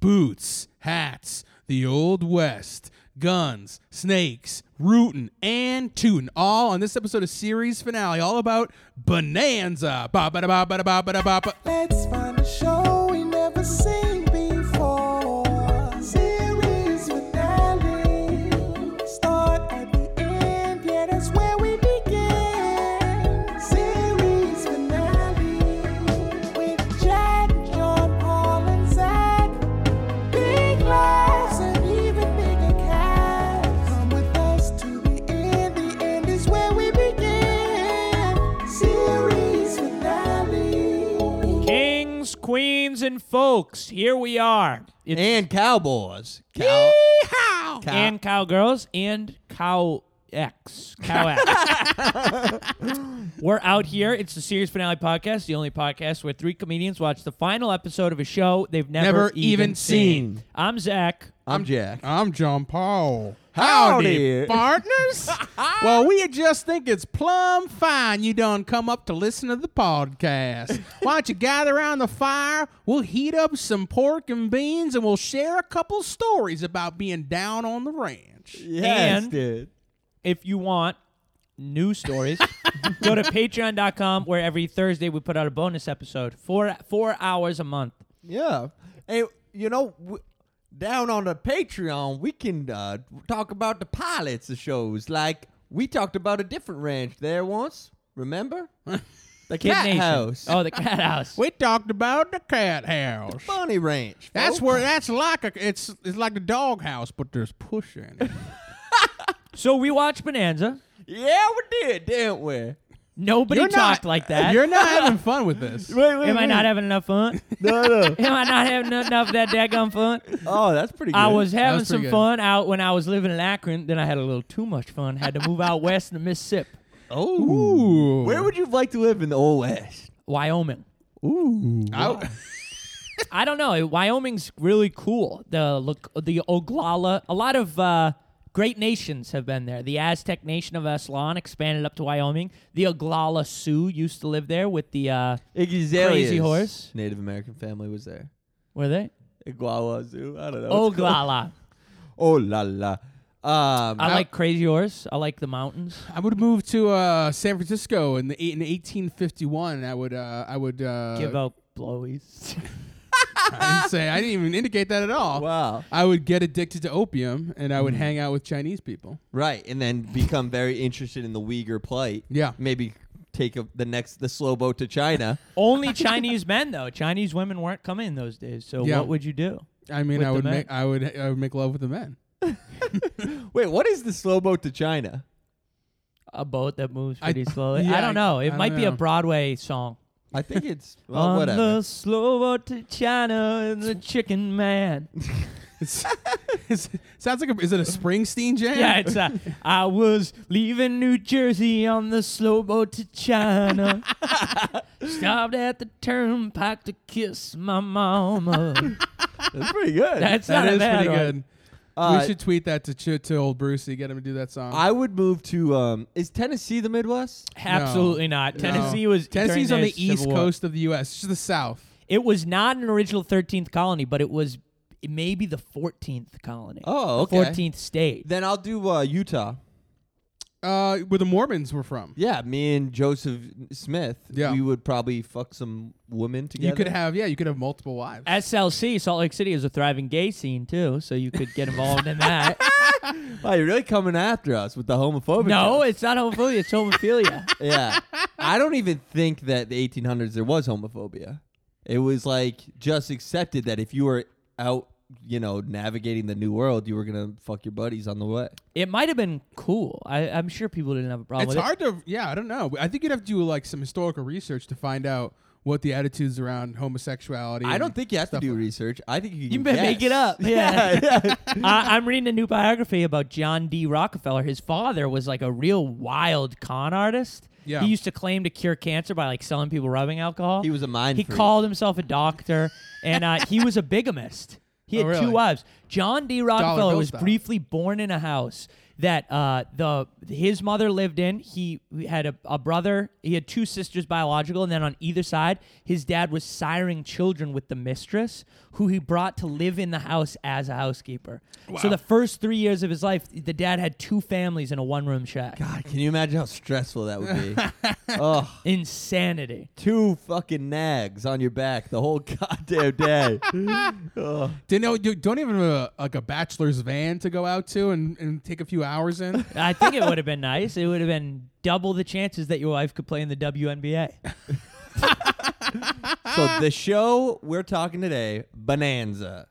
boots, hats, the old west, guns, snakes, rootin', and tootin'. All on this episode of series finale, all about bonanza. Ba ba da ba ba da ba ba da ba. ba. Let's find a show we never seen before. Series finale. Start at the end, yeah, that's where we begin. Series finale with Jack, John, Paul, and Zach. Big laughs and even bigger cats. Come with us to the end. The end is where we begin. Series finale. Kings, queens, and folks, here we are. It's And cowboys. Cow. How? cow- and cowgirls and cow X. Cow X. We're out here. It's the series finale podcast, the only podcast where three comedians watch the final episode of a show they've never, Never even seen. I'm Zach. I'm Jack. I'm John Paul. Howdy. partners. well, we just think it's plumb fine you done come up to listen to the podcast. Why don't you gather around the fire? We'll heat up some pork and beans and we'll share a couple stories about being down on the ranch. Yes, And- dude. If you want new stories, go to patreon.com where every Thursday we put out a bonus episode. Four four hours a month. Yeah. Hey, you know, w- down on the Patreon, we can uh, talk about the pilots of shows. Like, we talked about a different ranch there once. Remember? The Kid Cat Nation. House. Oh, the cat house. We talked about the cat house. Bunny Ranch. That's folks. where that's like a it's it's like the dog house, but there's pushing. So we watched Bonanza. Yeah, we did, didn't we? Wait, Nobody talked like that. You're not having fun with this. wait, Am I not having enough fun? No, no. Am I not having enough of that daggum fun? Oh, that's pretty good. I was having was some pretty good. fun out when I was living in Akron. Then I had a little too much fun. Had to move out west to Mississippi, Oh. Ooh. Where would you like to live in the Old West? Wyoming. Ooh. I, I don't know. Wyoming's really cool. The look, the Oglala. A lot of uh, great nations have been there. The Aztec nation of Aslan expanded up to Wyoming. The Oglala Sioux used to live there with the. Uh, Iggy Crazy Azalea's horse. Native American family was there. were they? Iguala Zoo. I don't know. what's called. Oglala. Oh la la. Um, I like Crazy Horse. I like the mountains. I would move to uh, San Francisco in the eight, in 1851. I would uh, I would uh, Give out blowies. I didn't say I didn't even indicate that at all. wow. I would get addicted to opium and I would Mm-hmm. hang out with Chinese people. Right, and then become very interested in the Uyghur plight. Yeah. Maybe take a, the next the slow boat to China. Only Chinese men though. Chinese women weren't coming those days. So Yeah. what would you do? I mean, With I the would men. make I would I would make love with the men. Wait, what is the slow boat to China? A boat that moves I- pretty slowly. yeah, I don't know. I- It I might don't be a know. Broadway song. I think it's well, On whatever. the slow boat to China and the Chicken Man. It's, it's, sounds like a, is it a Springsteen jam? yeah, it's. Uh, I was leaving New Jersey on the slow boat to China. Stopped at the turnpike to kiss my mama. That's pretty good. That's that not a is bad pretty one. good. Uh, we should tweet that to Ch- to old Brucey, get him to do that song. I would move to. Um, is Tennessee the Midwest? Absolutely not. No. Tennessee was during Tennessee's on the the east Civil War. coast of the U.S. It's just the South. It was not an original 13th colony, but it was maybe the 14th colony. Oh, The okay. 14th state. Then I'll do uh, Utah. Uh, where the Mormons were from. Yeah, me and Joseph Smith. Yeah. we would probably fuck some women together. You could have yeah, you could have multiple wives. SLC, Salt Lake City, is a thriving gay scene, too, so you could get involved in that. Oh, you're really coming after us with the homophobic. no, jokes. it's not homophobia, it's homophilia. yeah. I don't even think that the 1800s there was homophobia. It was like just accepted that if you were out, you know, navigating the new world, you were gonna fuck your buddies on the way. it might have been cool. I, I'm sure people didn't have a Um, problem It's with hard to yeah, I don't know. I think you'd have to do like some historical research to find out what the attitudes around homosexuality. I and- don't think you have to do research. I think you You can better guess. make it up. Yeah. yeah. it. I, I'm reading a new biography about John D. Rockefeller. His father was like a real wild con artist. Yeah. He used to claim to cure cancer by like selling people rubbing alcohol. He was a mind he freak. called himself a doctor and uh, he was a bigamist he had Oh, two really? wives john d rockefeller bill was style. briefly born in a house that uh, the his mother lived in. He had a, a brother. He had two sisters biological, and then on either side, his dad was siring children with the mistress, who he brought to live in the house as a housekeeper. So the first three years of his life, the dad had two families in a one room shack. God, can you imagine how stressful that would be? Ugh, Insanity. two fucking nags on your back the whole goddamn day. Ugh. Do you know? Do, don't even have a, like a bachelor's van to go out to and, and take a few hours in. I think it would have been nice. It would have been double the chances that your wife could play in the WNBA. So the show we're talking today, Bonanza,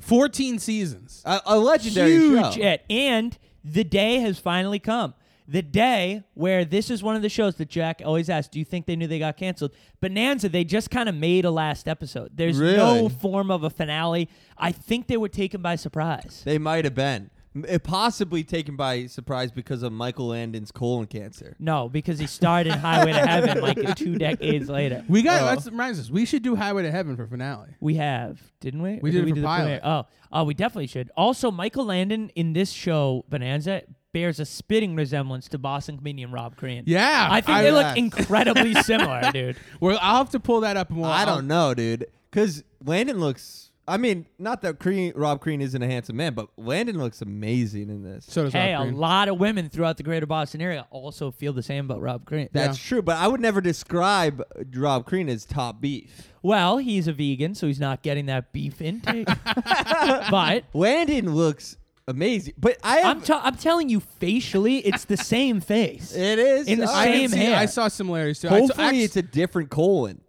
Fourteen seasons. a, a legendary huge show. hit. And the day has finally come. The day where this is one of the shows that Jack always asks, do you think they knew they got canceled? Bonanza, they just kind of made a last episode. There's no Really? form of a finale. I think they were taken by surprise. They might have been. M- eh, Possibly taken by surprise because of Michael Landon's colon cancer. No, because he starred in Highway to Heaven like two decades later. We got. That reminds us. We should do Highway to Heaven for finale. We have, didn't we? Or did it for the pilot. premiere? Oh, oh, we definitely should. Also, Michael Landon in this show Bonanza bears a spitting resemblance to Boston comedian Rob Crane. Yeah, I think I- they look yes. incredibly similar, dude. Well, I'll have to pull that up. And we'll, I don't um, know, dude. Because Landon looks. I mean, not that Crean, Rob Crean isn't a handsome man, but Landon looks amazing in this. So does Hey, a Rob Green. lot of women throughout the greater Boston area also feel the same about Rob Crane. That's true, but I would never describe Rob Crean as top beef. well, he's a vegan, so he's not getting that beef intake. but Landon looks amazing, but I have, I'm, t- I'm telling you, facially, it's the same face. it is in the I I have didn't same see- hair. I saw similarities too. I t- Hopefully, actu- it's a different colon.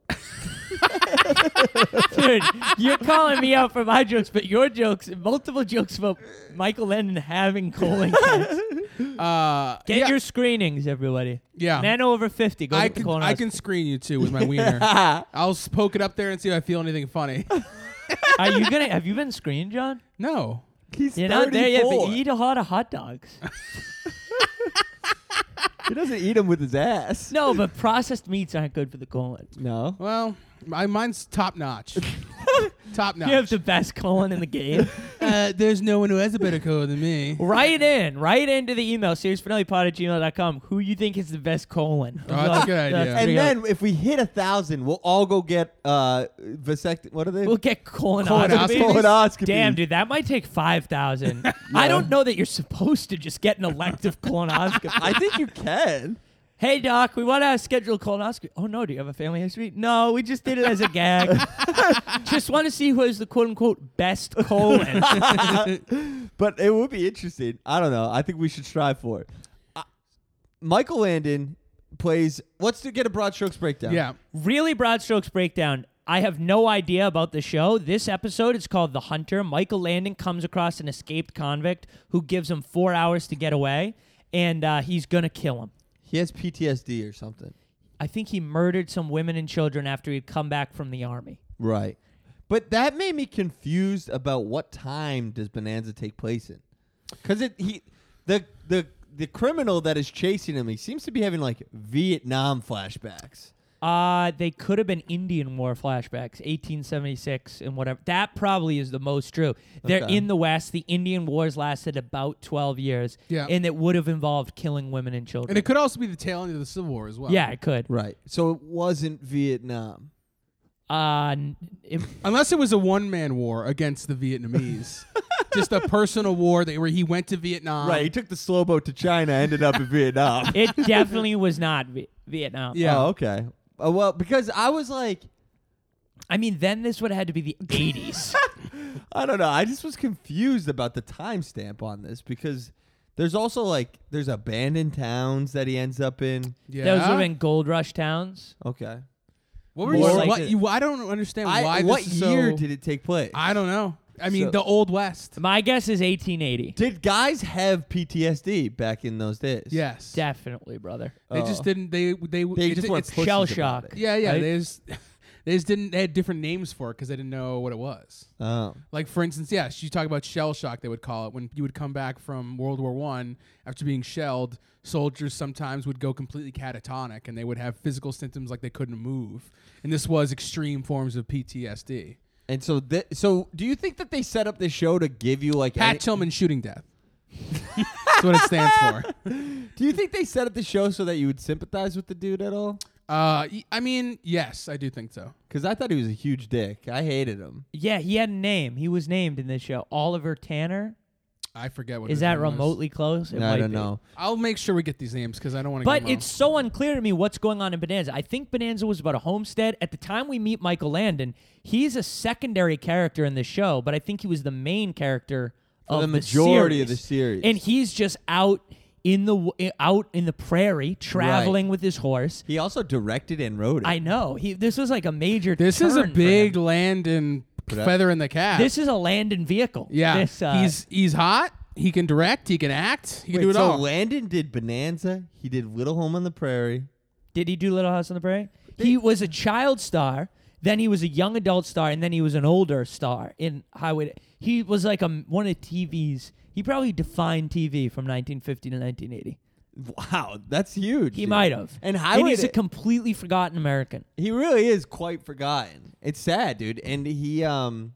Dude, you're calling me out for my jokes, but your jokes, multiple jokes about Michael Lennon having colon cancer. uh, Get yeah, your screenings, everybody. Yeah. Men over 50, go I get the can colon I can screen you too with my wiener. Ah. I'll s- poke it up there and see if I feel anything funny. Are you gonna? Have you been screened, John? No. He's You're not there yet, 34. but you eat a lot of hot dogs. He doesn't eat them with his ass. no, but processed meats aren't good for the colon. No. Well, my, mine's top notch. top notch. You have the best colon in the game. uh, there's no one who has a better code than me. write in, write into the email seriousfinallepod at gmail.com. Who you think is the best colon? Oh, that's a good idea. And That's And pretty then if we hit a thousand, we'll all go get uh vasect. What are they? We'll get colonoscopies. Colonoscopies? Colonoscopies. Damn, dude, that might take five thousand. I don't know that you're supposed to just get an elective colonoscopy. I think you can. hey, doc, we want to schedule a colonoscopy. Oh no, do you have a family history? No, we just did it as a gag. just want to see who has the quote unquote best colon. But it would be interesting. I don't know. I think we should strive for it. Uh, Michael Landon plays. Let's do get a broad strokes breakdown. Yeah. really broad strokes breakdown. I have no idea about the show. This episode is called The Hunter. Michael Landon comes across an escaped convict who gives him four hours to get away, and uh, he's gonna kill him. He has PTSD or something. I think he murdered some women and children after he'd come back from the army. Right. But that made me confused about what time does Bonanza take place in? Because it he the the the criminal that is chasing him, he seems to be having like Vietnam flashbacks. Uh, they could have been Indian War flashbacks, 1876 and whatever. That probably is the most true. They're Okay. in the West. The Indian Wars lasted about 12 years, Yeah. and it would have involved killing women and children. And it could also be the tail end of the Civil War as well. yeah, it could. Right. So it wasn't Vietnam. Uh, n- it, Unless it was a one man war against the Vietnamese. Just a personal war that where he went to Vietnam. Right. He took the slow boat to China, ended up in Vietnam. it definitely was not v- Vietnam. Yeah. Oh, okay. Uh, well, because I was like, I mean, then this would have had to be the 80s. I don't know. I just was confused about the timestamp on this because there's also like there's abandoned towns that he ends up in. Yeah. Those would have been gold rush towns. Okay. what were more you, like what, it. you? I don't understand I- why what this is year so, did it take place? I don't know. I mean, So- the Old West. My guess is 1880. Did guys have PTSD back in those days? Yes. Definitely, brother. They just Oh. didn't. They they They it- just weren't it's, pussies shell about shock. it. Yeah, yeah. Right? They just they just didn't. They had different names for it because they didn't know what it was. Oh. Like for instance, yes, you talk about shell shock. They would call it when you would come back from World War One after being shelled. Soldiers sometimes would go completely catatonic, and they would have physical symptoms like they couldn't move. And this was extreme forms of PTSD. And so, th- so do you think that they set up this show to give you like Pat any- Tillman shooting death. That's what it stands for. Do you think they set up the show so that you would sympathize with the dude at all? Uh, y- I mean, yes, I do think so. Because I thought he was a huge dick. I hated him. Yeah, he had a name. He was named in this show. Oliver Tanner. I forget what Is his that name was. remotely close? It I might don't be. know. I'll make sure we get these names because I don't want to. But it's so unclear to me what's going on in Bonanza. I think Bonanza was about a homestead. At the time we meet Michael Landon, he's a secondary character in the show, but I think he was the main character For of the majority of the series. And he's just out in the w- eh, out in the prairie traveling with his horse. He also directed and wrote it. I know. He this was like a major this is a turn for big him. Landon up. feather in the cap. This is a Landon vehicle. yeah, This, uh, he's he's hot. He can direct. He can act. He can Wait, do it so all. Landon did Bonanza. He did Little Home on the Prairie. Did he do Little House on the Prairie? He was a child star, then he was a young adult star, and then he was an older star in Highway. to- He was like a one of TV's. He probably defined TV from 1950 to 1980. Wow, that's huge. He dude. might have. And Highway. he's a to- completely forgotten American. he really is quite forgotten. It's sad, dude. And he um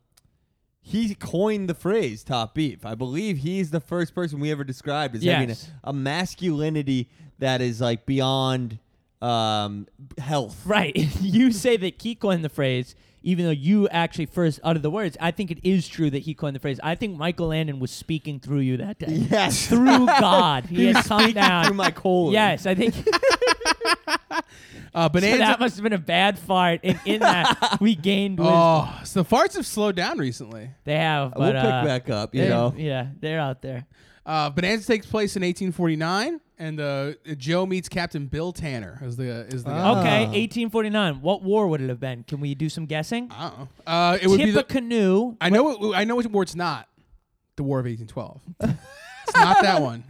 he coined the phrase top beef. I believe he's the first person we ever described as having Yes. a, a masculinity that is like beyond um health. Right. you say that he coined the phrase, even though you actually first uttered the words. I think it is true that he coined the phrase. I think Michael Landon was speaking through you that day. Yes. Through God, he, had come down through my colon. Yes, I think Uh, So Bonanza. that must have been a bad fart, and in that we gained wisdom. oh, so the farts have slowed down recently. They have, but we'll pick uh, back up, you they- know. yeah, they're out there. Uh, Bonanza takes place in 1849, and uh, Joe meets Captain Bill Tanner. Is the is the guy. Ah. Okay, 1849. What war would it have been? Can we do some guessing? I don't know. Uh, it would be the Tippecanoe. I know it, I know which war it's not. The War of 1812. it's not that one.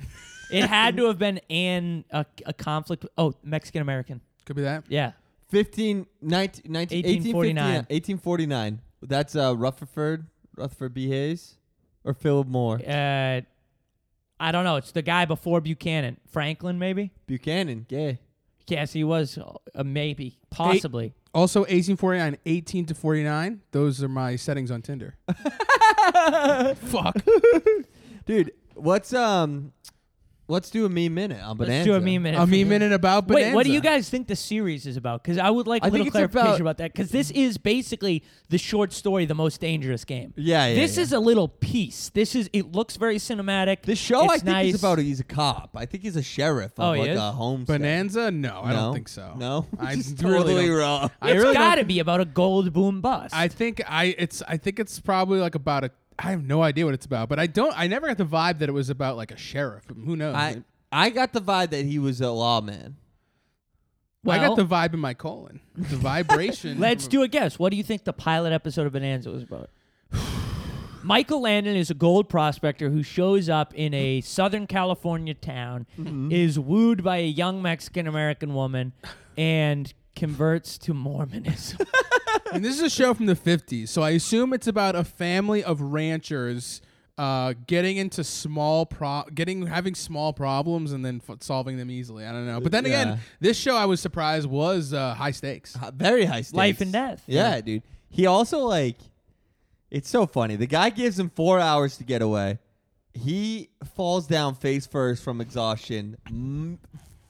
it had to have been an a, a conflict. Oh, Mexican American. Could be that. Yeah, 15 19, 19 1849. 1849. uh, That's uh Rutherford, Rutherford B Hayes or Philip Moore. uh, I don't know. It's the guy before Buchanan, Franklin, maybe. Buchanan, gay. Yes, he was uh, maybe, possibly. Also 1849, 18 to 49. Those are my settings on Tinder. Fuck. Dude, what's um let's do a meme minute on Bonanza. Let's do a meme minute. A for meme him. minute about bonanza. Wait, what do you guys think the series is about? Because I would like a I little think it's clarification about, about- that. Because this is basically the short story, the most dangerous game. Yeah, yeah. this yeah. is a little piece. This is it looks very cinematic. This show, it's I think, nice. is about he's a cop. I think he's a sheriff of Oh, he like is? a homestead. Bonanza? No, I No? don't think so. No, I Just really totally don't- wrong. I It's really don't- got to be about a gold boom bust. I think I it's I think it's probably like about a I have no idea what it's about, but I don't I never got the vibe that it was about like a sheriff. Who knows? I I got the vibe that he was a lawman. well, I got the vibe in my colon. The vibration. Let's do a guess. What do you think the pilot episode of Bonanza was about? Michael Landon is a gold prospector who shows up in a Southern California town, Mm-hmm. is wooed by a young Mexican American woman, and converts to Mormonism. And this is a show from the 50s, so I assume it's about a family of ranchers uh, getting into small pro, getting having small problems and then f- solving them easily. I don't know, but then Yeah. again, this show I was surprised was uh, high stakes. H- Very high stakes. Life and death. Yeah, dude. He also like, it's so funny. The guy gives him four hours to get away. He falls down face first from exhaustion mm,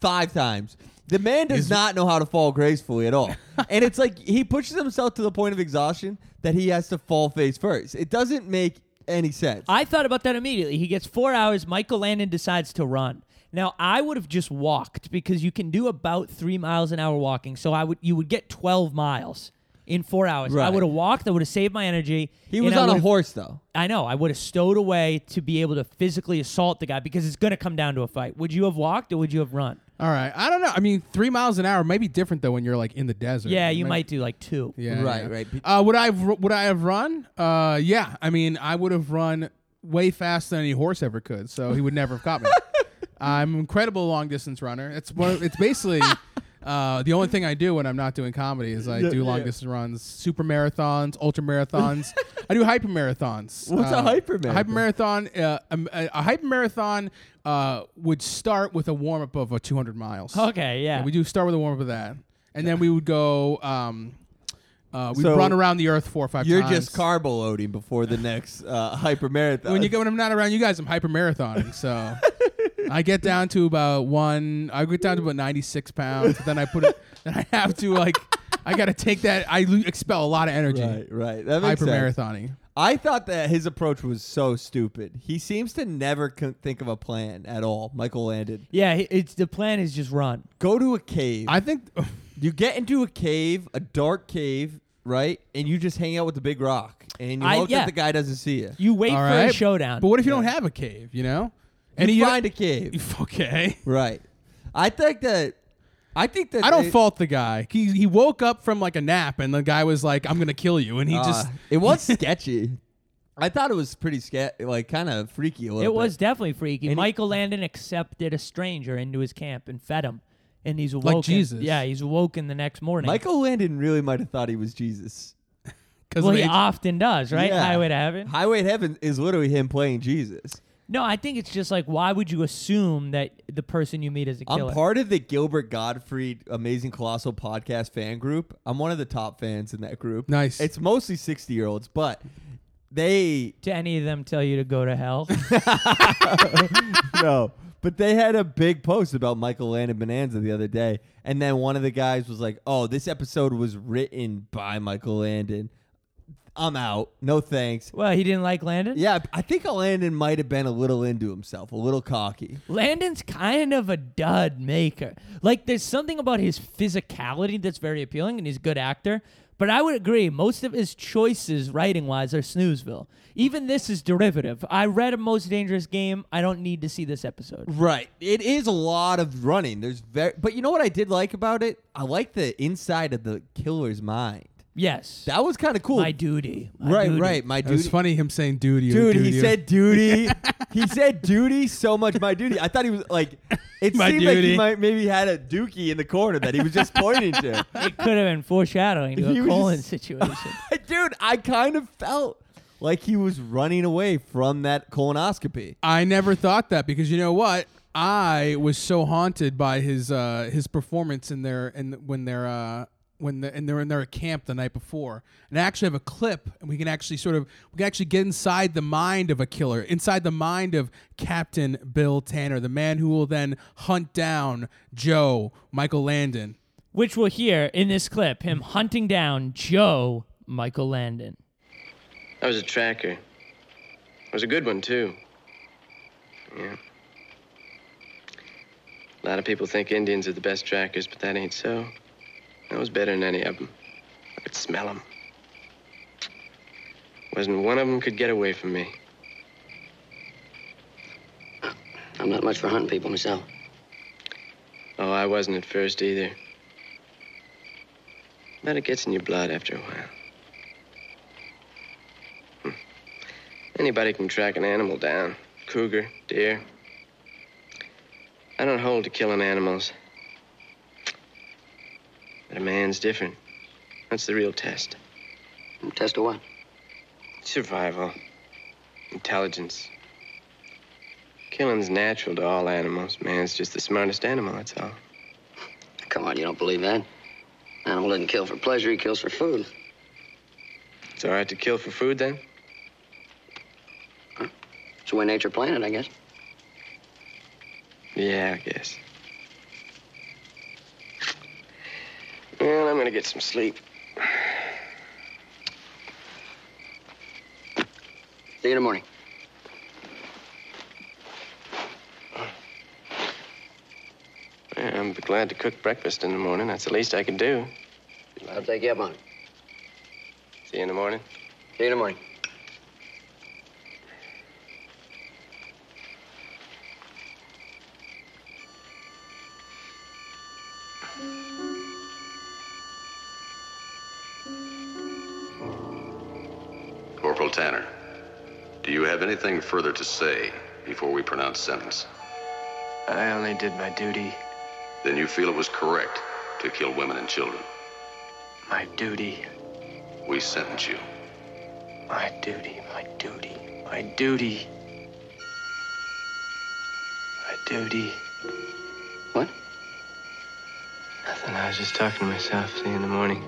five times. The man does not know how to fall gracefully at all. and it's like he pushes himself to the point of exhaustion that he has to fall face first. It doesn't make any sense. I thought about that immediately. He gets four hours. Michael Landon decides to run. Now I would have just walked because you can do about three miles an hour walking. So I would you would get twelve miles in four hours. I Right. would have walked. I would have saved my energy. he and was I on a would've- horse though. I know. I would have stowed away to be able to physically assault the guy because it's going to come down to a fight. Would you have walked or would you have run? All right, I don't know. I mean, three miles an hour may be different though when you're like in the desert. Yeah, you might do like two. Yeah, Right, yeah. right. Be- Uh, would I have, ru- would I have run? Uh, yeah. I mean, I would have run way faster than any horse ever could, so he would never have caught me. I'm an incredible long distance runner. It's one. Of, it's basically uh, the only thing I do when I'm not doing comedy is I do long distance runs, super marathons, ultra marathons. I do hyper marathons. What's a hypermarathon? A hyper marathon. Uh, um, a, a hyper marathon uh, would start with a warm up of uh, 200 miles. Okay. Yeah. Yeah, we do start with a warm up of that, and then we would go. Um, uh, we So- would run around the earth four or five You're times. just carbo loading before the next uh, hyper marathon. When you go when I'm not around you guys, I'm hyper marathoning. So I get down to about one. I get down to about ninety six pounds. Then I put it. Then I have to like. I gotta take that. I lo- expel a lot of energy. Right, right. That makes Hyper sense. marathoning. I thought that his approach was so stupid. He seems to never con- think of a plan at all. Michael Landon. Yeah, he- it's the plan is just run. Go to a cave. I think. you get into a cave, a dark cave, right? And you just hang out with the big rock. And you I- hope yeah. that the guy doesn't see you. You wait all for right. a showdown. But what if you don't have a cave? You know. And you you- find a cave. Okay. Right. I think that. I think that I don't they- fault the guy. He he woke up from like a nap, and the guy was like, "I'm gonna kill you," and he Uh, just it was sketchy. I thought it was pretty sketch, like kind of freaky a little. it bit. was definitely freaky. And he- Michael Landon accepted a stranger into his camp and fed him, and he's awoken. Jesus. Yeah, he's awoken the next morning. Michael Landon really might have thought he was Jesus. because well, he often does, right? Yeah. Highway to Heaven. Highway to Heaven is literally him playing Jesus. No, I think it's just like, why would you assume that the person you meet is a killer? I'm part of the Gilbert Gottfried Amazing Colossal Podcast fan group. I'm one of the top fans in that group. Nice. It's mostly 60 year olds, but they to any of them tell you to go to hell? no, but they had a big post about Michael Landon Bonanza the other day, and then one of the guys was like, "Oh, this episode was written by Michael Landon." I'm out. No thanks. well, he didn't like Landon. Yeah, I think Landon might have been a little into himself, a little cocky. Landon's kind of a dud maker. Like there's something about his physicality that's very appealing and he's a good actor. But I would agree, most of his choices writing wise are snoozeville. Even this is derivative. I read a most dangerous game. I don't need to see this episode. Right. It is a lot of running. There's very But you know what I did like about it? I like the inside of the killer's mind. Yes. That was kind of cool. my duty. My right, duty. right. My It was duty. funny him saying duty. or Dude, he duty or- said duty. he said duty so much. My duty. I thought he was like, it My seemed like he duty. might maybe had a dookie in the corner that he was just pointing to. It could have been foreshadowing to He a was colon just- situation. Dude, I kind of felt like he was running away from that colonoscopy. I never thought that because you know what? I was so haunted by his uh, his performance in their and when they're uh, when the, and they're in their camp the night before. And I actually have a clip, and we can actually sort of we can actually get inside the mind of a killer, inside the mind of Captain Bill Tanner, the man who will then hunt down Joe Michael Landon. Which we'll hear in this clip, him hunting down Joe Michael Landon. I was a tracker. I was a good one, too. Yeah. A lot of people think Indians are the best trackers, but that ain't so. I was better than any of them. I could smell them. Wasn't one of them could get away from me. I'm not much for hunting people myself. Oh, I wasn't at first either. But it gets in your blood after a while. Hmm. Anybody can track an animal down cougar, deer. I don't hold to killing animals. But a man's different. That's the real test Test of what? survival, intelligence. Killing's natural to all animals. Man's just the smartest animal, that's all. Come on, you don't believe that? Animal doesn't kill for pleasure, he kills for food. It's all right to kill for food then? It's the way nature planned it, I guess. Yeah, I guess. Well, I'm gonna get some sleep. See you in the morning. Yeah, I'm glad to cook breakfast in the morning. That's the least I can do. I'll take you up on it. See you in the morning. See you in the morning. Corporal Tanner, do you have anything further to say before we pronounce sentence? I only did my duty. Then you feel it was correct to kill women and children. My duty. We sentence you. My duty. My duty. My duty. My duty. What? Nothing. I was just talking to myself. See you in the morning.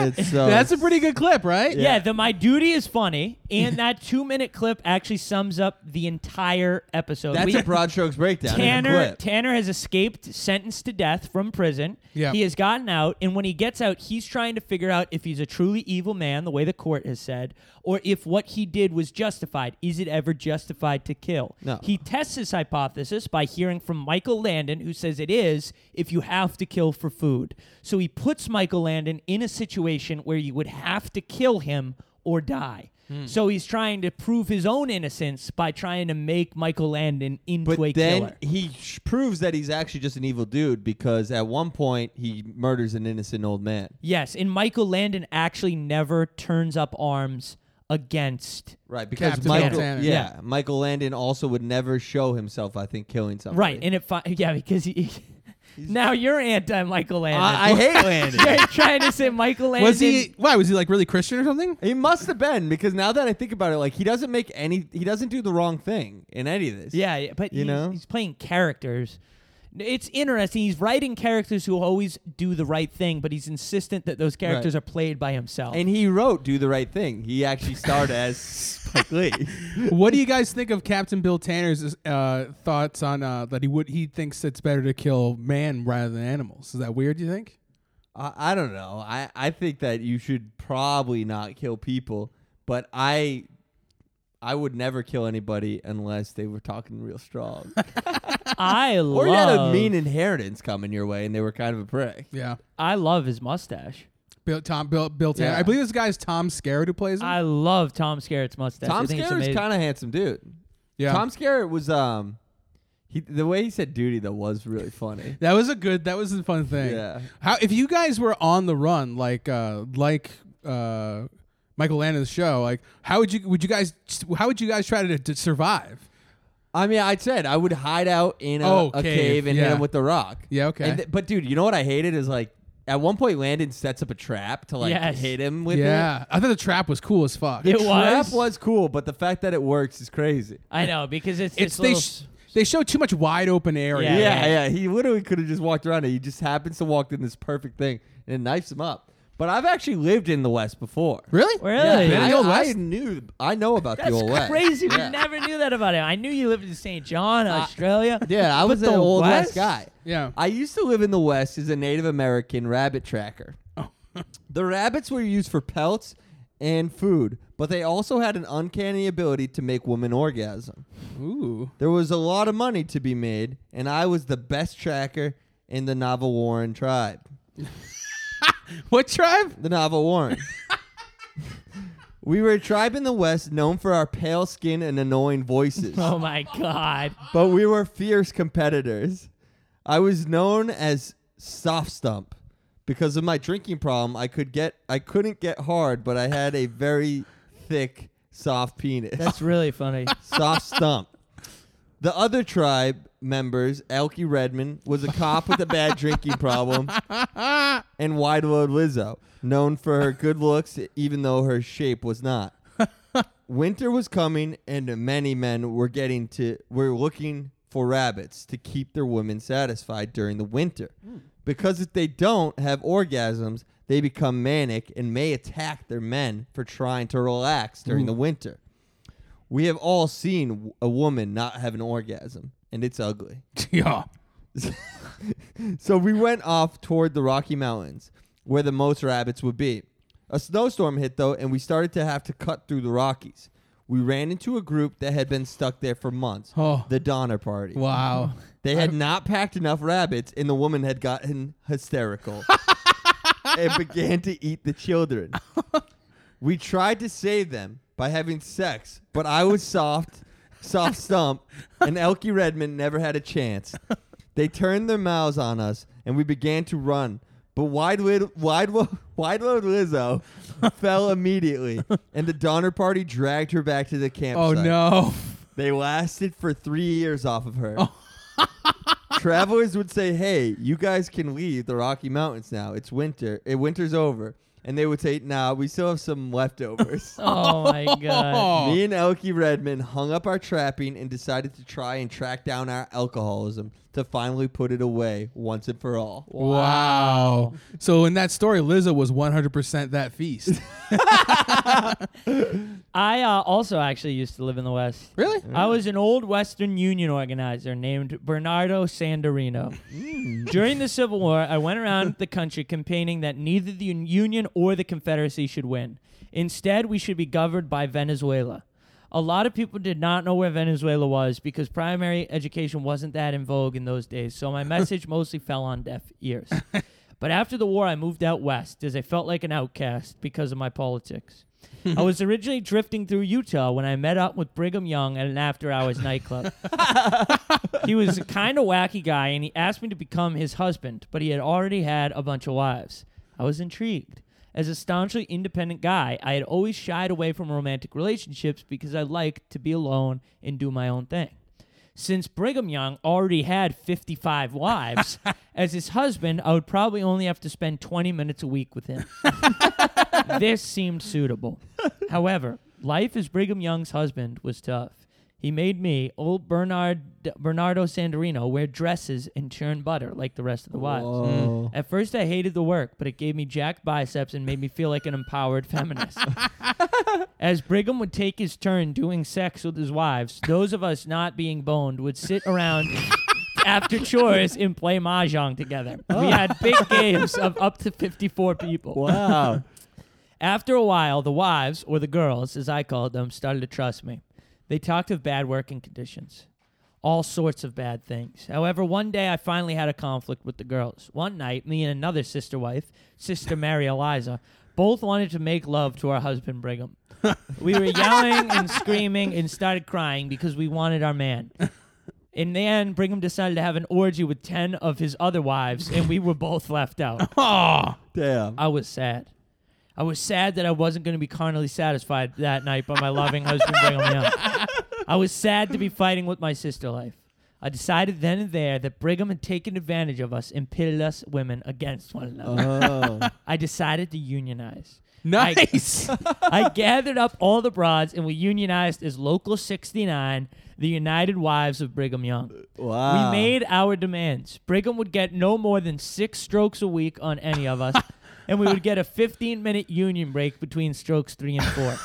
It's, uh, That's a pretty good clip, right? Yeah, the my duty is funny. And that two minute clip actually sums up the entire episode. That's We- a broad strokes breakdown. in a Tanner clip. Tanner has escaped sentenced to death from prison. Yeah. He has gotten out, and when he gets out, he's trying to figure out if he's a truly evil man, the way the court has said, or if what he did was justified. Is it ever justified to kill? No. He tests his hypothesis by hearing from Michael Landon, who says it is if you have to kill for food. So he puts Michael Landon in a situation where you would have to kill him or die. Hmm. So he's trying to prove his own innocence by trying to make Michael Landon into but a then killer. he sh- proves that he's actually just an evil dude because at one point he murders an innocent old man. Yes, and Michael Landon actually never turns up arms against. Right, because Captain Michael, yeah, Tanner. Michael Landon also would never show himself. I think killing somebody. Right, and it fi- yeah because he. now you're anti Michael Landon. I, I hate Landon. You're trying to say Michael Landon. Was he? Why was he like really Christian or something? He must have been because now that I think about it, like he doesn't make any, he doesn't do the wrong thing in any of this. Yeah, yeah, but You he's, know? he's playing characters. It's interesting. He's writing characters who always do the right thing, but he's insistent that those characters are played by himself. and he wrote "Do the Right Thing." He actually starred as Spike Lee. What do you guys think of Captain Bill Tanner's uh, thoughts on uh, that he would he thinks it's better to kill man rather than animals? Is that weird? You think? I, I don't know. I, I think that you should probably not kill people, but I I would never kill anybody unless they were talking real strong. I love. or you had a mean inheritance coming your way and they were kind of a prick. Yeah. I love his mustache. Bill Tom Bill Bill Tanner. Yeah. I believe this guy's Tom Skerritt who plays him. I love Tom Skerritt's mustache. Tom I think it's Skerritt's amazing. kind of handsome dude. yeah. Tom Skerritt was um he the way he said duty though was really funny. that was a good. That was a fun thing. Yeah. How if you guys were on the run like uh, like uh, Michael Landon's show, like how would you would you guys how would you guys try to, to survive? I mean, I said I would hide out in a, Oh, a cave, cave, and hit yeah. him with the rock. Yeah, okay. And th- but dude, you know what I hated is like at one point Landon sets up a trap to like Yes. hit him with it. yeah. I thought the trap was cool as fuck. It Trap was. was cool, but the fact that it works is crazy. I know because it's it's this they little. sh- they show too much wide open area. Yeah. Yeah, yeah. He literally could have just walked around it. He just happens to walk in this perfect thing and it knifes him up. But I've actually lived in the West before. Really? Really? Yeah, Been in I, the Old I West? knew. I know about the Old West. That's crazy. We Yeah. never knew that about him. I knew you lived in St. John, Australia. Yeah, I was But an the Old West? West? guy. Yeah. I used to live in the West as a Native American rabbit tracker. Oh. the rabbits were used for pelts and food, but they also had an uncanny ability to make women orgasm. Ooh. There was a lot of money to be made, and I was the best tracker in the Navajo tribe. What tribe? The Navajo we were a tribe in the West known for our pale skin and annoying voices, Oh my God. but we were fierce competitors. I was known as Soft Stump. Because of my drinking problem, I could get I couldn't get hard, but I had a very thick, soft penis. That's really funny. soft stump. The other tribe members, Elkie Redmond, was a cop with a bad drinking problem, and Wide Load Lizzo, known for her good looks, even though her shape was not. Winter was coming, and many men were getting to were looking for rabbits to keep their women satisfied during the winter, because if they don't have orgasms, they become manic and may attack their men for trying to relax during the winter. We have all seen w- a woman not have an orgasm, and it's ugly. Yeah. So we went off toward the Rocky Mountains, where the most rabbits would be. A snowstorm hit, though, and we started to have to cut through the Rockies. We ran into a group that had been stuck there for months Oh. the Donner Party. Wow. They had not packed enough rabbits, and the woman had gotten hysterical and began to eat the children. We tried to save them by having sex, but I was soft, soft stump, and Elkie Redmond never had a chance. They turned their mouths on us, and we began to run. But wide wide wide Wo- wide load Lizzo fell immediately, and the Donner Party dragged her back to the Oh campsite. no. They lasted for three years off of her. Oh. Travelers would say, "Hey, you guys can leave the Rocky Mountains now. It's winter. It winter's over." and they would say, "Nah, we still have some leftovers." Oh my god. Oh, Me and Elkie Redman hung up our trapping and decided to try and track down our alcoholism to finally put it away once and for all. wow. So in that story, Lizzo was 100% that feast. I uh, also actually used to live in the West. really? I was an old Western Union organizer named Bernardo Sandorino. During the Civil War, I went around the country campaigning that neither the un- Union or the Confederacy should win. Instead, we should be governed by Venezuela. A lot of people did not know where Venezuela was because primary education wasn't that in vogue in those days, so my message mostly fell on deaf ears. But after the war, I moved out west as I felt like an outcast because of my politics. I was originally drifting through Utah when I met up with Brigham Young at an after hours nightclub. he was a kind of wacky guy and he asked me to become his husband, but he had already had a bunch of wives. I was intrigued. As a staunchly independent guy, I had always shied away from romantic relationships because I liked to be alone and do my own thing. Since Brigham Young already had 55 wives, as his husband, I would probably only have to spend 20 minutes a week with him. this seemed suitable. However, life as Brigham Young's husband was tough. He made me, old Bernard Bernardo Sandorino, wear dresses and churn butter like the rest of the wives. Hmm. At first, I hated the work, but it gave me jacked biceps and made me feel like an empowered feminist. As Brigham would take his turn doing sex with his wives, those of us not being boned would sit around after chores and play mahjong together. We had big games of up to 54 people. Wow. After a while, the wives, or the girls, as I called them, started to trust me. They talked of bad working conditions, all sorts of bad things. However, one day I finally had a conflict with the girls. One night, me and another sister wife, Sister Mary Eliza, both wanted to make love to our husband Brigham. We were yelling and screaming and started crying because we wanted our man. In the end, Brigham decided to have an orgy with 10 of his other wives, and we were both left out. Damn. I was sad. I was sad that I wasn't going to be carnally satisfied that night by my loving husband Brigham Young. I was sad to be fighting with my sister life. I decided then and there that Brigham had taken advantage of us and pitted us women against one another. Oh. I decided to unionize. Nice. I gathered up all the broads and we unionized as Local 69, the United Wives of Brigham Young. Wow. We made our demands. Brigham would get no more than six strokes a week on any of us, and we would get a 15 minute union break between strokes three and four.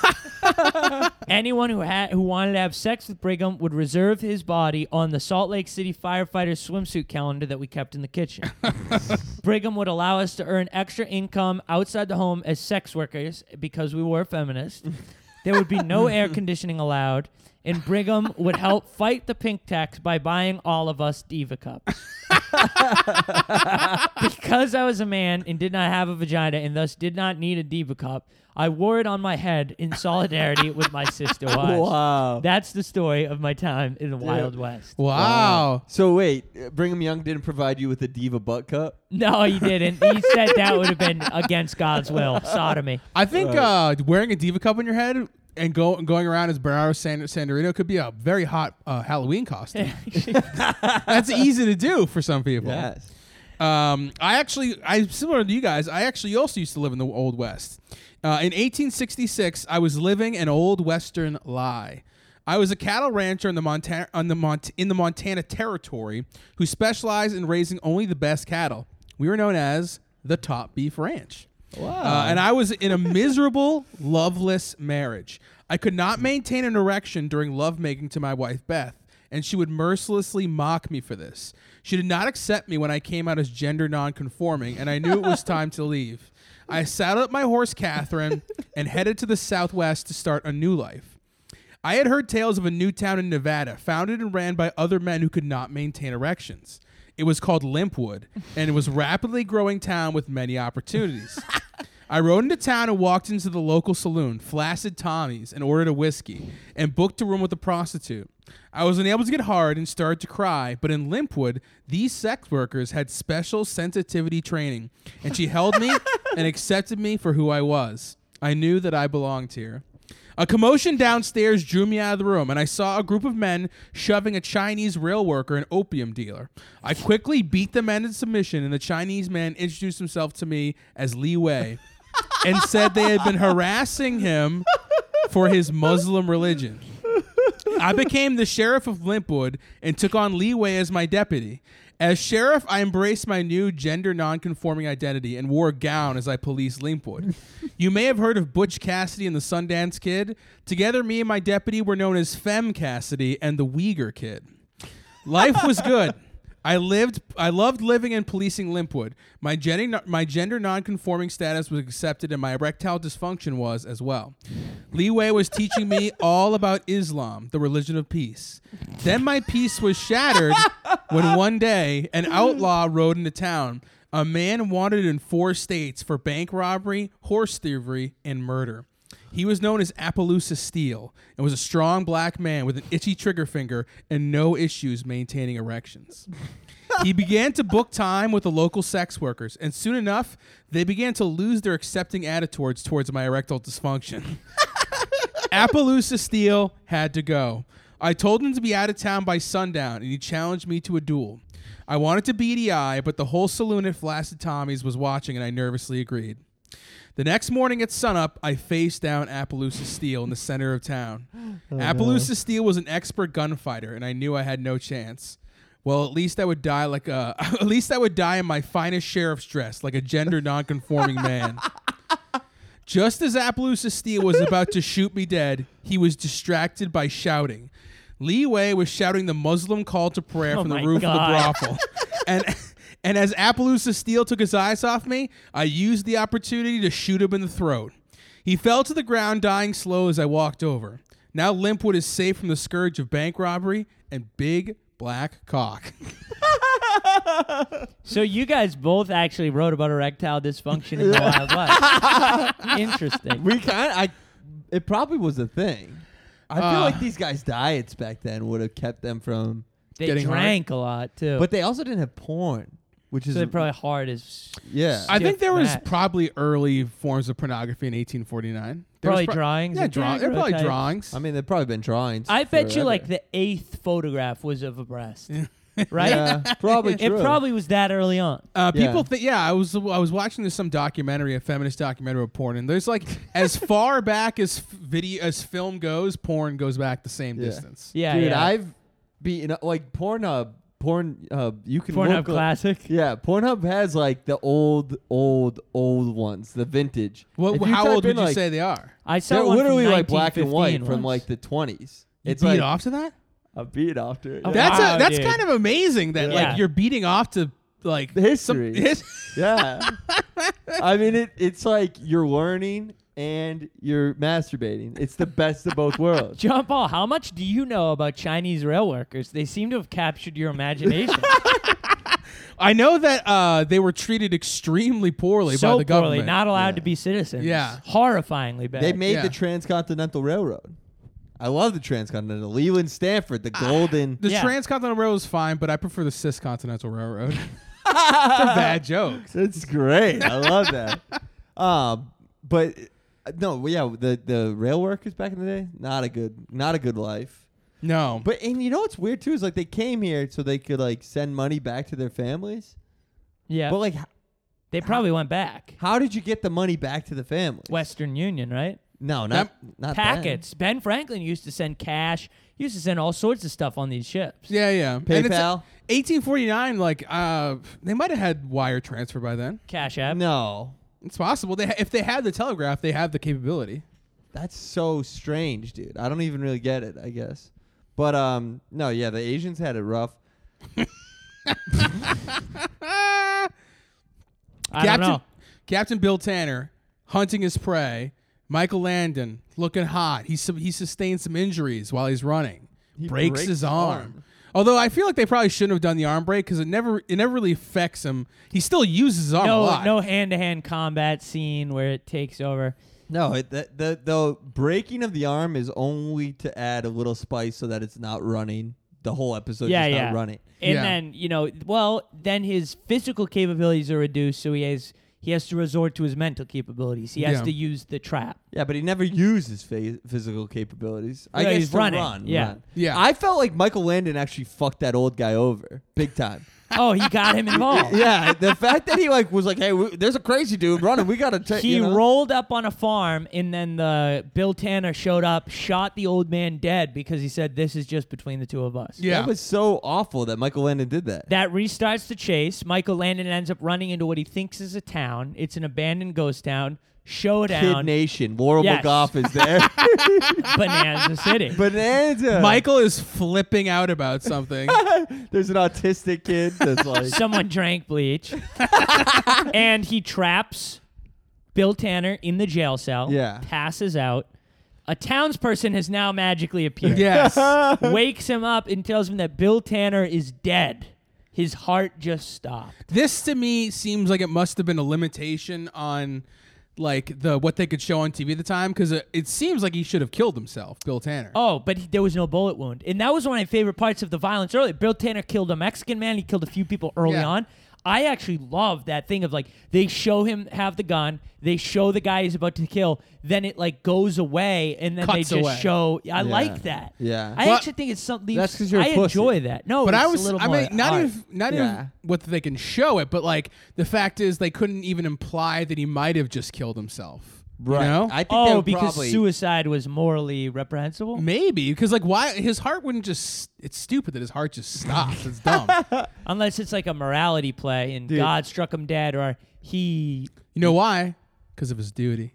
Anyone who had who wanted to have sex with Brigham would reserve his body on the Salt Lake City firefighter swimsuit calendar that we kept in the kitchen. Brigham would allow us to earn extra income outside the home as sex workers because we were feminists. There would be no air conditioning allowed, and Brigham would help fight the pink tax by buying all of us diva cups. because I was a man and did not have a vagina and thus did not need a diva cup, I wore it on my head in solidarity with my sister wives. Wow. That's the story of my time in the Wild West. wow. So wait, uh, Brigham Young didn't provide you with a diva butt cup? No, he didn't. He said that would have been against God's will, sodomy. I think uh, wearing a diva cup on your head and go, going around as Bernardo San- Sandorino could be a very hot uh, Halloween costume. That's easy to do for some people. Yes. Um, I actually, I similar to you guys. I actually also used to live in the Old West. Uh, in 1866, I was living an old Western lie. I was a cattle rancher in the Montana on the Mont- in the Montana Territory who specialized in raising only the best cattle. We were known as the Top Beef Ranch. Uh, and I was in a miserable, loveless marriage. I could not maintain an erection during lovemaking to my wife Beth, and she would mercilessly mock me for this. She did not accept me when I came out as gender nonconforming, and I knew it was time to leave. I saddled up my horse Catherine and headed to the southwest to start a new life. I had heard tales of a new town in Nevada founded and ran by other men who could not maintain erections. It was called Limpwood, and it was a rapidly growing town with many opportunities. I rode into town and walked into the local saloon, Flaccid Tommy's, and ordered a whiskey, and booked a room with a prostitute. I was unable to get hard and started to cry, but in Limpwood, these sex workers had special sensitivity training, and she held me and accepted me for who I was. I knew that I belonged here. A commotion downstairs drew me out of the room, and I saw a group of men shoving a Chinese rail worker and opium dealer. I quickly beat the men in submission, and the Chinese man introduced himself to me as Li Wei, and said they had been harassing him for his Muslim religion. I became the sheriff of Limpwood and took on Leeway as my deputy. As sheriff, I embraced my new gender nonconforming identity and wore a gown as I policed Limpwood. you may have heard of Butch Cassidy and the Sundance Kid. Together, me and my deputy were known as Femme Cassidy and the Uyghur Kid. Life was good. I lived. I loved living and policing Limpwood. My gender, my gender non-conforming status was accepted, and my erectile dysfunction was as well. Leeway was teaching me all about Islam, the religion of peace. Then my peace was shattered when one day an outlaw rode into town. A man wanted in four states for bank robbery, horse thievery, and murder. He was known as Appaloosa Steel and was a strong black man with an itchy trigger finger and no issues maintaining erections. he began to book time with the local sex workers, and soon enough, they began to lose their accepting attitudes towards my erectile dysfunction. Appaloosa Steel had to go. I told him to be out of town by sundown, and he challenged me to a duel. I wanted to BDI, but the whole saloon at Flaccid Tommy's was watching, and I nervously agreed. The next morning at sunup, I faced down Appaloosa Steel in the center of town. Appaloosa Steel was an expert gunfighter, and I knew I had no chance. Well, at least I would die like a, at least I would die in my finest sheriff's dress, like a gender nonconforming man. Just as Appaloosa Steel was about to shoot me dead, he was distracted by shouting. Leeway was shouting the Muslim call to prayer Oh from the my roof of God. the brothel. and and as Appaloosa Steel took his eyes off me, I used the opportunity to shoot him in the throat. He fell to the ground, dying slow as I walked over. Now Limpwood is safe from the scourge of bank robbery and big black cock. So you guys both actually wrote about erectile dysfunction in the wild west. Interesting. We kind I it probably was a thing. I feel Uh. like these guys' diets back then would have kept them from They Getting hard. drank a lot too, but they also didn't have porn, which is so they're probably hard as yeah. I Stiff think there was Matt. probably early forms of pornography in 1849. There was Probably drawings Yeah, and draw- they're probably daguerreotypes. drawings. I mean, they've probably been drawings. I bet you forever. like the eighth photograph was of a breast, right? Yeah, probably It true. probably was that early on. uh, yeah. people think. Yeah, I was I was watching this some documentary, a feminist documentary of porn, and there's like as far back as f- video as film goes, porn goes back the same Yeah. distance. Yeah, Dude, yeah. I've beaten up like Pornhub. Porn, uh, you can Pornhub look up- classic. Yeah, Pornhub has like the old, old, old ones, the vintage. What, If you how type old in, would you like- say they are? I saw They're one from literally like black and 1915 white from once. like the twenties. You It's beat like Ah, off to that? a beat off to it. Oh, That's Wow, a, that's dude. kind of amazing that Yeah. like you're beating off to like The history. his- yeah. I mean, it. It's like you're learning and you're masturbating. It's the best of both worlds. John Paul, how much do you know about Chinese rail workers? They seem to have captured your imagination. I know that uh, they were treated extremely poorly by so the poorly, government. not allowed to be citizens. Yeah. Horrifyingly bad. They made Yeah. the Transcontinental Railroad. I love the Transcontinental. Leland Stanford, Ah. the golden. the Yeah. transcontinental railroad is fine, but I prefer the ciscontinental railroad. it's a bad joke. That's great. I love that. um, but uh, no, yeah, the the rail workers back in the day, not a good, not a good life. No, but But and you know what's weird too is like they came here so they could like send money back to their families. yeah. But like, h- they probably went back. how did you get the money back to the family? Western Union, right? No, not not then. Packets. Ben Franklin used to send cash. He used to send all sorts of stuff on these ships. yeah, yeah. And it's, PayPal? 1849. Like uh, they might have had wire transfer by then. Cash app. No, It's possible. They ha- if they had the telegraph, they have the capability. that's so strange, dude. I don't even really get it. I guess. But um, no, yeah, the Asians had it rough. I Captain, don't know. Captain Bill Tanner hunting his prey. Michael Landon looking hot. He su- he sustained some injuries while he's running. breaks, breaks his his arm. arm. Although I feel like they probably shouldn't have done the arm break because it never it never really affects him. He still uses his arm a No, lot. no hand-to-hand combat scene where it takes over. No, it, the, the the breaking of the arm is only to add a little spice so that it's not running. The whole episode yeah, is yeah. not running. And Yeah. then you know, well, then his physical capabilities are reduced, so he has he has to resort to his mental capabilities. He has Yeah. to use the trap. Yeah, but he never uses fa- physical capabilities. I Yeah, guess he's to running. Run, Yeah. run. Yeah. I felt like Michael Landon actually fucked that old guy over big time. oh, he got him involved. yeah, the fact that he like was like, "Hey, w- there's a crazy dude running. We gotta take." He you know? rolled up on a farm, and then the Bill Tanner showed up, shot the old man dead because he said, "This is just between the two of us." Yeah. That was so awful that Michael Landon did that. That restarts the chase. Michael Landon ends up running into what he thinks is a town. It's an abandoned ghost town. Kid Showdown. Nation, Laurel Yes. McGough is there. Bonanza City. Bonanza. Michael is flipping out about something. There's an autistic kid that's like, Someone drank bleach. and he traps Bill Tanner in the jail cell. Yeah. Passes out. A townsperson has now magically appeared. yes. Wakes him up and tells him that Bill Tanner is dead. His heart just stopped. This to me seems like it must have been a limitation on like the what they could show on TV at the time because it, it seems like he should have killed himself, Bill Tanner. Oh, but he, there was no bullet wound. And that was one of my favorite parts of the violence earlier. Bill Tanner killed a Mexican man. He killed a few people early Yeah. on. I actually love that thing of like they show him have the gun, they show the guy he's about to kill, then it like goes away, and then they Cuts just away. show. I like that. Yeah. I Well, actually think it's something. that's 'cause you're a I pussy. enjoy that. No, But it's I a was, little I more mean, not art. even, not Yeah. even what they can show it, but like the fact is they couldn't even imply that he might have just killed himself. right. You know? I think that Oh, would because probably, suicide was morally reprehensible. Maybe because like why his heart wouldn't just it's stupid that his heart just stops. It's dumb. Unless it's like a morality play and God struck him dead or he You know why? Because of his duty.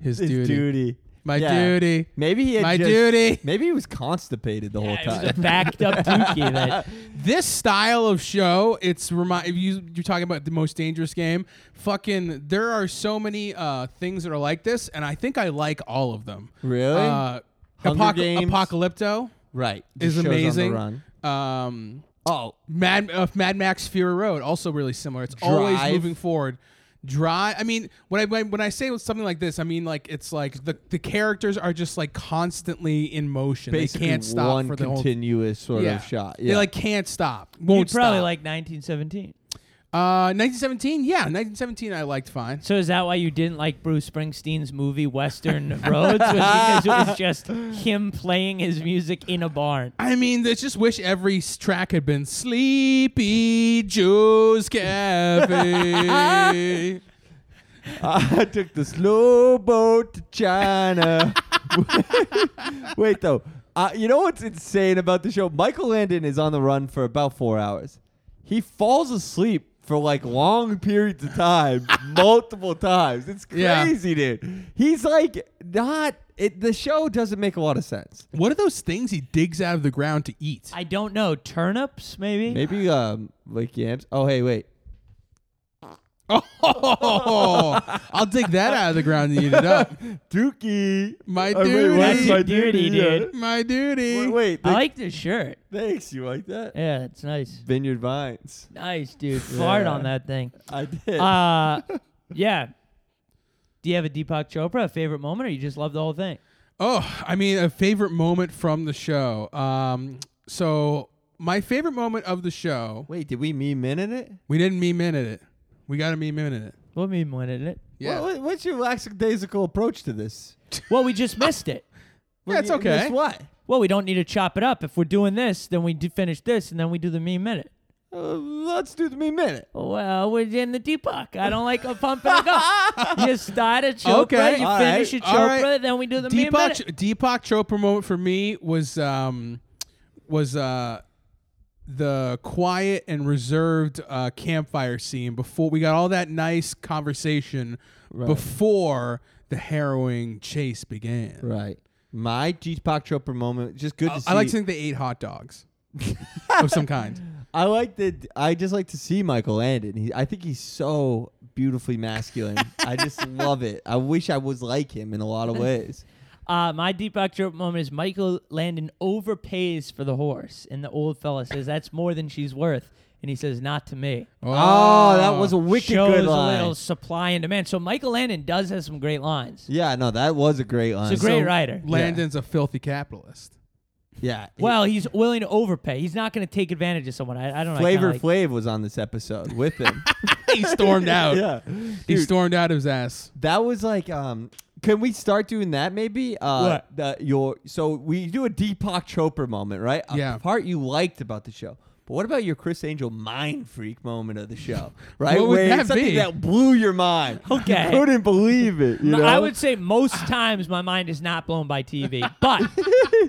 His, His duty. duty. My Yeah. duty. Maybe he had My just- duty. Maybe he was constipated the Yeah, it whole was time. a backed up dookie that This style of show, it's remind if you you're talking about the most dangerous game. Fucking, there are so many uh, things that are like this, and I think I like all of them. Really? Uh, Hunger Apoc- Games? Apocalypto right. is Just shows on the amazing. run. Um, Oh, Mad uh, Mad Max Fury Road also really similar. It's always Drive. moving forward. Dry. I mean, when I when when I say something like this, I mean like it's like the the characters are just like constantly in motion. basically they can't stop one for the whole continuous sort of shot. Yeah. They like can't stop. Won't you'd probably stop. like 1917. uh 1917. Yeah, 1917 I liked fine. So is that why you didn't like Bruce Springsteen's movie Western Roads? Was because it was just him playing his music in a barn. I mean, I just wish every s- track had been Sleepy Joe's Cafe. I took the slow boat to China. Wait though, uh, you know what's insane about the show? Michael Landon is on the run for about four hours. He falls asleep for like long periods of time, multiple times. It's Yeah. crazy, dude. He's like not. It, the show doesn't make a lot of sense. what are those things he digs out of the ground to eat? I don't know turnips maybe. Maybe um like yams. Oh hey wait. Oh, I'll dig that out of the ground and eat it up. Dookie. My Oh, wait, duty. what's That's your duty, Yeah. dude. My duty. Wait, wait I thank- like this shirt. thanks. You like that? Yeah, it's nice. Vineyard vines. Nice, dude. Fart Yeah. on that thing. I did. Uh, yeah. Do you have a Deepak Chopra a favorite moment, or you just love the whole thing? Oh, I mean, a favorite moment from the show. Um, so my favorite moment of the show. Wait, did we meme minute it? We didn't meme in it. We got to meme in it. What meme went in it? Yeah. What, what's your lackadaisical approach to this? Well, we just missed it. Yeah, it's You- okay. miss What? Well, we don't need to chop it up. If we're doing this, then we do finish this, and then we do the meme minute. Uh, let's do the meme minute. Well, we're in the Deepak. I don't like a pump and a go. you start a Chopra, Okay, you all finish right, a all Chopra, right. then we do the Deepak, meme minute. Ch- Deepak Chopra moment for me was um, was uh, the quiet and reserved uh, campfire scene before we got all that nice conversation before the harrowing chase began. Right. My Deepak Chopra moment. Just good to see. I like to think they ate hot dogs of some kind. I like that. I just like to see Michael Landon. He, I think he's so beautifully masculine. I just love it. I wish I was like him in a lot of ways. Uh, my Deepak Chopra moment is Michael Landon overpays for the horse, and the old fella says, that's more than she's worth. And he says, not to me. Oh, that was a wicked Shows good a line. little supply and demand. So Michael Landon does have some great lines. Yeah, no, that was a great line. He's a great writer. Landon's a filthy capitalist. Yeah. he- Well, he's willing to overpay. He's not going to take advantage of someone. I, I don't know. I kinda Flavor like- Flav was on this episode with him. he stormed out. yeah. He stormed out of his ass. That was like, um, can we start doing that maybe? Uh, What? The, your so we do a Deepak Chopra moment, right? A Yeah. part you liked about the show, But what about your Chris Angel mind freak moment of the show? Right? What would Wade? that something be? that blew your mind. Okay. You couldn't believe it. You know? I would say most times my mind is not blown by TV, but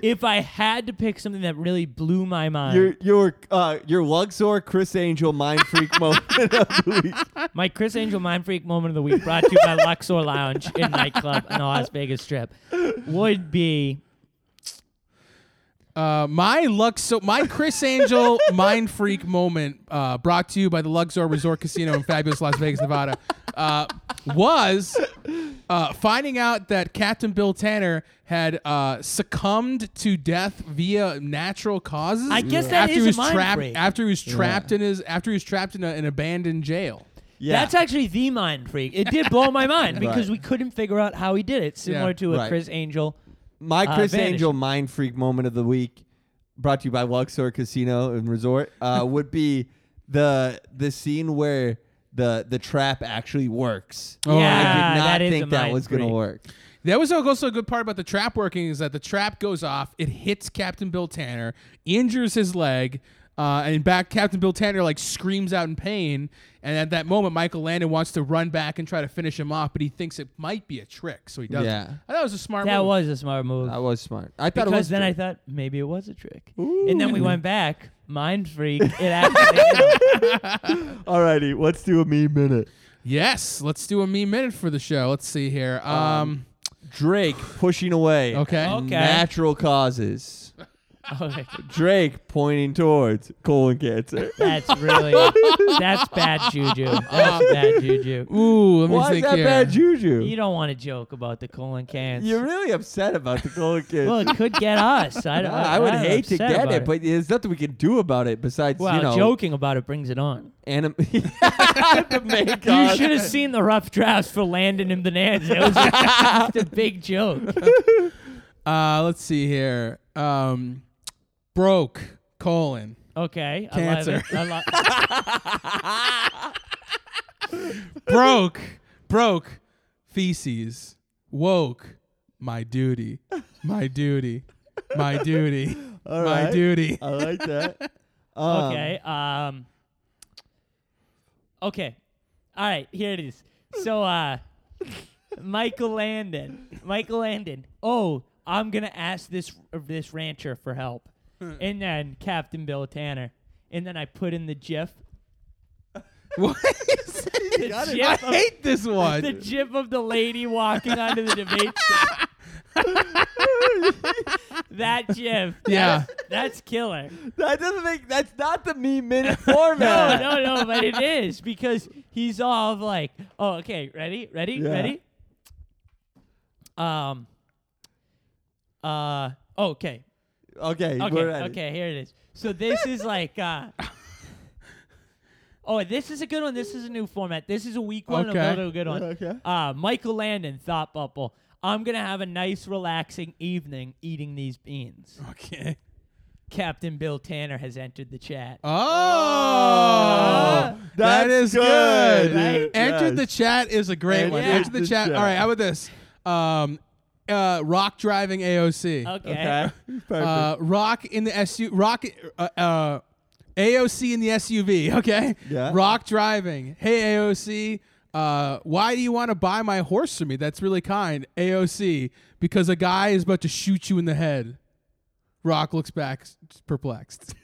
if I had to pick something that really blew my mind, your your uh your Luxor Chris Angel mind freak moment of the week. my Chris Angel mind freak moment of the week, brought to you by Luxor Lounge and nightclub on the Las Vegas Strip, would be Uh, my Lux, my Chris Angel mind freak moment, uh, brought to you by the Luxor Resort Casino in fabulous Las Vegas, Nevada, uh, was uh, finding out that Captain Bill Tanner had uh, succumbed to death via natural causes. I guess that after is he a was mind trapped freak. after he was trapped in his after he was trapped in a, an abandoned jail. Yeah. That's actually the mind freak. It did blow my mind because Right. we couldn't figure out how he did it. Similar Yeah, to a right. Chris Angel. My uh, Chris vanish. Angel mind freak moment of the week, brought to you by Luxor Casino and Resort, uh, would be the the scene where the the trap actually works. Oh, I I yeah, did not that is a think that mind was freak. gonna work. That was also a good part about the trap working is that the trap goes off, it hits Captain Bill Tanner, injures his leg, uh, and back Captain Bill Tanner like screams out in pain. And at that moment, Michael Landon wants to run back and try to finish him off, but he thinks it might be a trick, so he doesn't. Yeah. I thought it was a smart. That move. was a smart move. That was smart. I thought it because was then I true. thought maybe it was a trick. And then we went back. Mind freak. It actually. Alrighty, let's do a me minute. Yes, let's do a me minute for the show. Let's see here. Um, Drake pushing away. Okay. Okay. Natural causes. Okay, Drake pointing towards colon cancer. that's really. That's bad juju. That's bad juju. Um, ooh, let me Why is think that here. bad juju? You don't want to joke about the colon cancer. You're really upset about the colon cancer. well, it could get us. I, Nah, don't- I, would uh, I'm hate to upset get about it, but there's nothing we can do about it besides well, you know joking about it brings it on. anim- the main cause. You should have seen the rough drafts for Landon and Bonanza. It was just a big joke. Uh, let's see here. Um, broke colon Okay. Cancer. I love it. I lo- broke, broke, feces, woke, my duty, my duty, my duty, All my right. Uh, duty. I like that. okay. Um, okay. All right. Here it is. So, uh, Michael Landon. Michael Landon. Oh, I'm going to ask this, this rancher for help. and then Captain Bill Tanner. And then I put in the GIF. What is The it? GIF I of- hate this the one. gif of the lady walking onto the debate stage. that gif. Yeah. That's killer. That doesn't make. That's not the me minute No, format. no, no, but it is because he's all of like, oh, okay, ready, ready, Yeah. ready. Um. Uh. Okay. Okay, Okay. we're ready. Okay. Here it is. So this is like. uh Oh, this is a good one. This is a new format. This is a weak one. and Okay. A little good one. Okay. Uh, Michael Landon, Thought Bubble. I'm going to have a nice, relaxing evening eating these beans. Okay. Captain Bill Tanner has entered the chat. Oh, Oh, that that's is good. good. Right? Enter Yes. the chat is a great one. Enter Enter the, the chat. chat. All right, how about this? Um, uh, rock driving AOC. Okay. Um, Okay. Perfect. Uh, rock in the SU. Rock. Uh, uh, AOC in the SUV. Okay. Yeah. Rock driving. Hey AOC. Uh, why do you want to buy my horse from me? That's really kind. AOC. Because a guy is about to shoot you in the head. Rock looks back, s- perplexed.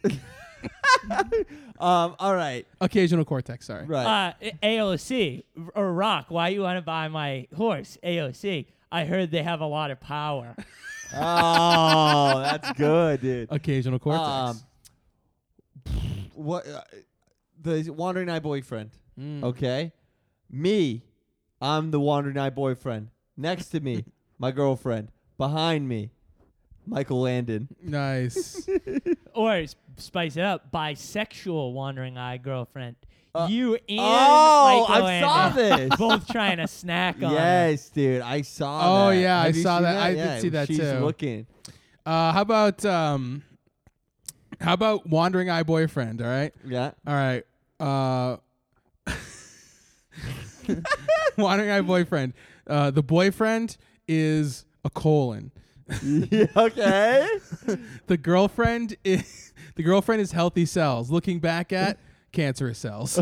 um. All right. Occasional cortex. Sorry. Right. Uh, A- AOC, r- or Rock, why you want to buy my horse? AOC, I heard they have a lot of power. oh, that's good, dude. Occasional cortex. Um, what? Uh, the wandering eye boyfriend. Hmm. Okay, me, I'm the wandering eye boyfriend. Next to me, my girlfriend. Behind me, Michael Landon. nice. Or s- spice it up, bisexual wandering eye girlfriend. you and Uh, oh, Michael I saw Landon this. both trying to snack on her. Yes, dude, I saw. Oh, that. yeah, I Have you saw seen that. I did Yeah, see that, she's too. looking. uh, how about um, how about wandering eye boyfriend? All right. Yeah. All right. Uh, wandering eye boyfriend. Uh, the boyfriend is a colon. okay. The girlfriend is The girlfriend is healthy cells, looking back at cancerous cells.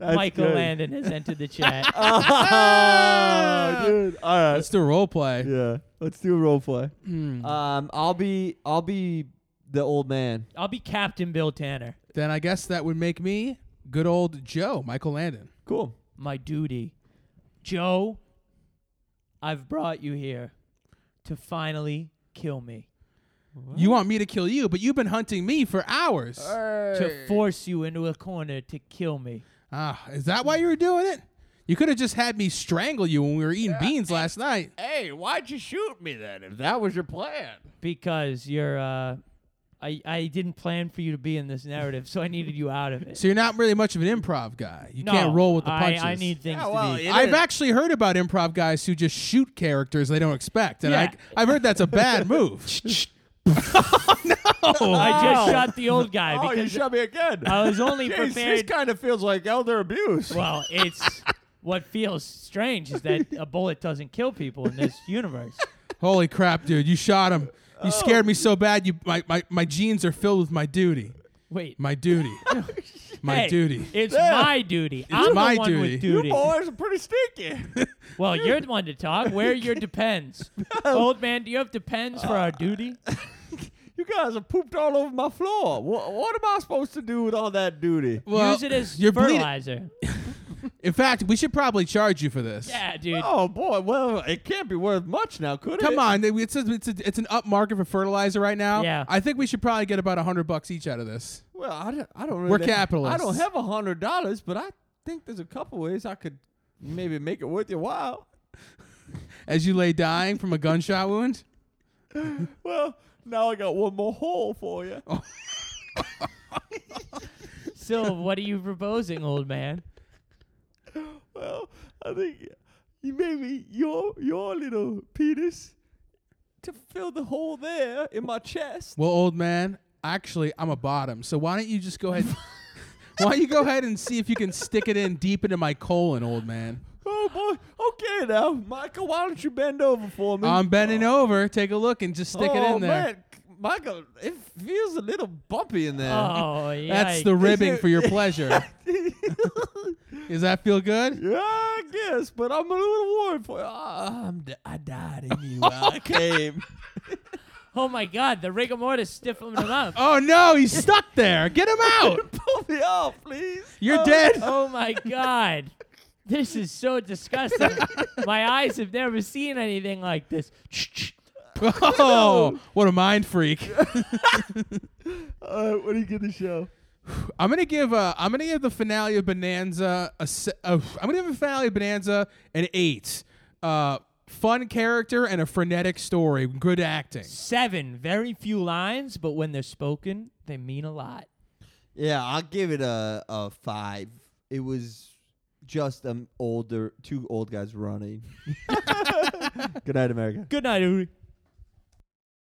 Michael good. Landon has entered the chat. Uh, Ah, Oh, dude. All right. Let's Hmm. do a role play. Yeah. Let's do a role play. Um, I'll be I'll be the old man. I'll be Captain Bill Tanner. Then I guess that would make me good old Joe, Michael Landon. Cool. My duty. Joe, I've brought you here to finally kill me. You want me to kill you, but you've been hunting me for hours. To force you into a corner to kill me. Ah, is that why you were doing it? You could have just had me strangle you when we were eating beans last night. Hey, why'd you shoot me then? If that was your plan. Because you're uh I, I didn't plan for you to be in this narrative, so I needed you out of it. So you're not really much of an improv guy. You No, can't roll with the I- punches. I, need things to be. I've actually heard about improv guys who just shoot characters they don't expect, and Yeah. I, I've heard that's a bad move. I just shot the old guy Oh, you because shot me again. I was only Jeez, this prepared. kind of feels like elder abuse. well, it's what feels strange is that a bullet doesn't kill people in this universe. Holy crap, dude! You shot him. Oh. You scared me so bad. You, my, my, my jeans are filled with my duty. Wait, My duty. my Oh, hey, duty. It's my duty. I'm my the one duty. with You duty. Boys are pretty stinky. Well, you're the one to talk. Where are your depends, old man? Do you have depends for our duty? you guys are pooped all over my floor. What, what am I supposed to do with all that duty? Well, Use it as you're bleeding- fertilizer. In fact, we should probably charge you for this. Yeah, dude. Oh boy, well it can't be worth much now, could it? Come on, they- it's a, it's a, it's an up market for fertilizer right now. Yeah. I think we should probably get about hundred bucks each out of this. Well, I don't. I don't really We're I don't capitalists. have a hundred dollars, but I think there's a couple ways I could maybe make it worth your while. As you lay dying from a gunshot wound. Well, now I got one more hole for you. Oh. So, what are you proposing, old man? Well, I think you maybe your your little penis to fill the hole there in my chest. Well, old man, actually, I'm a bottom. So why don't you just go ahead? why don't you go ahead and see if you can stick it in deep into my colon, old man? Oh boy, okay now, Michael, why don't you bend over for me? I'm bending over. Take a look and just stick oh, it in there. Man, Michael, it feels a little bumpy in there. Oh, yeah. That's the ribbing for your pleasure. Oh. Does that feel good? Yeah, I guess, but I'm a little worried for you. Ah, I'm di- I died in you. when I came. Oh my God, the rigor mortis stiffened him up. Oh no, he's stuck there. Get him out. Pull me off, please. Ah. You're dead. Oh my God. This is so disgusting. my eyes have never seen anything like this. Oh, what a mind freak. All right. What do you give the show? I'm gonna give uh, I'm gonna give the finale of Bonanza a se- uh, I'm gonna give the finale of Bonanza an eight. Uh, fun character and a frenetic story, good acting. Seven, very few lines, but when they're spoken, they mean a lot. Yeah, I'll give it a a five. It was just um older two old guys running. Good night, America. Good night, Uri.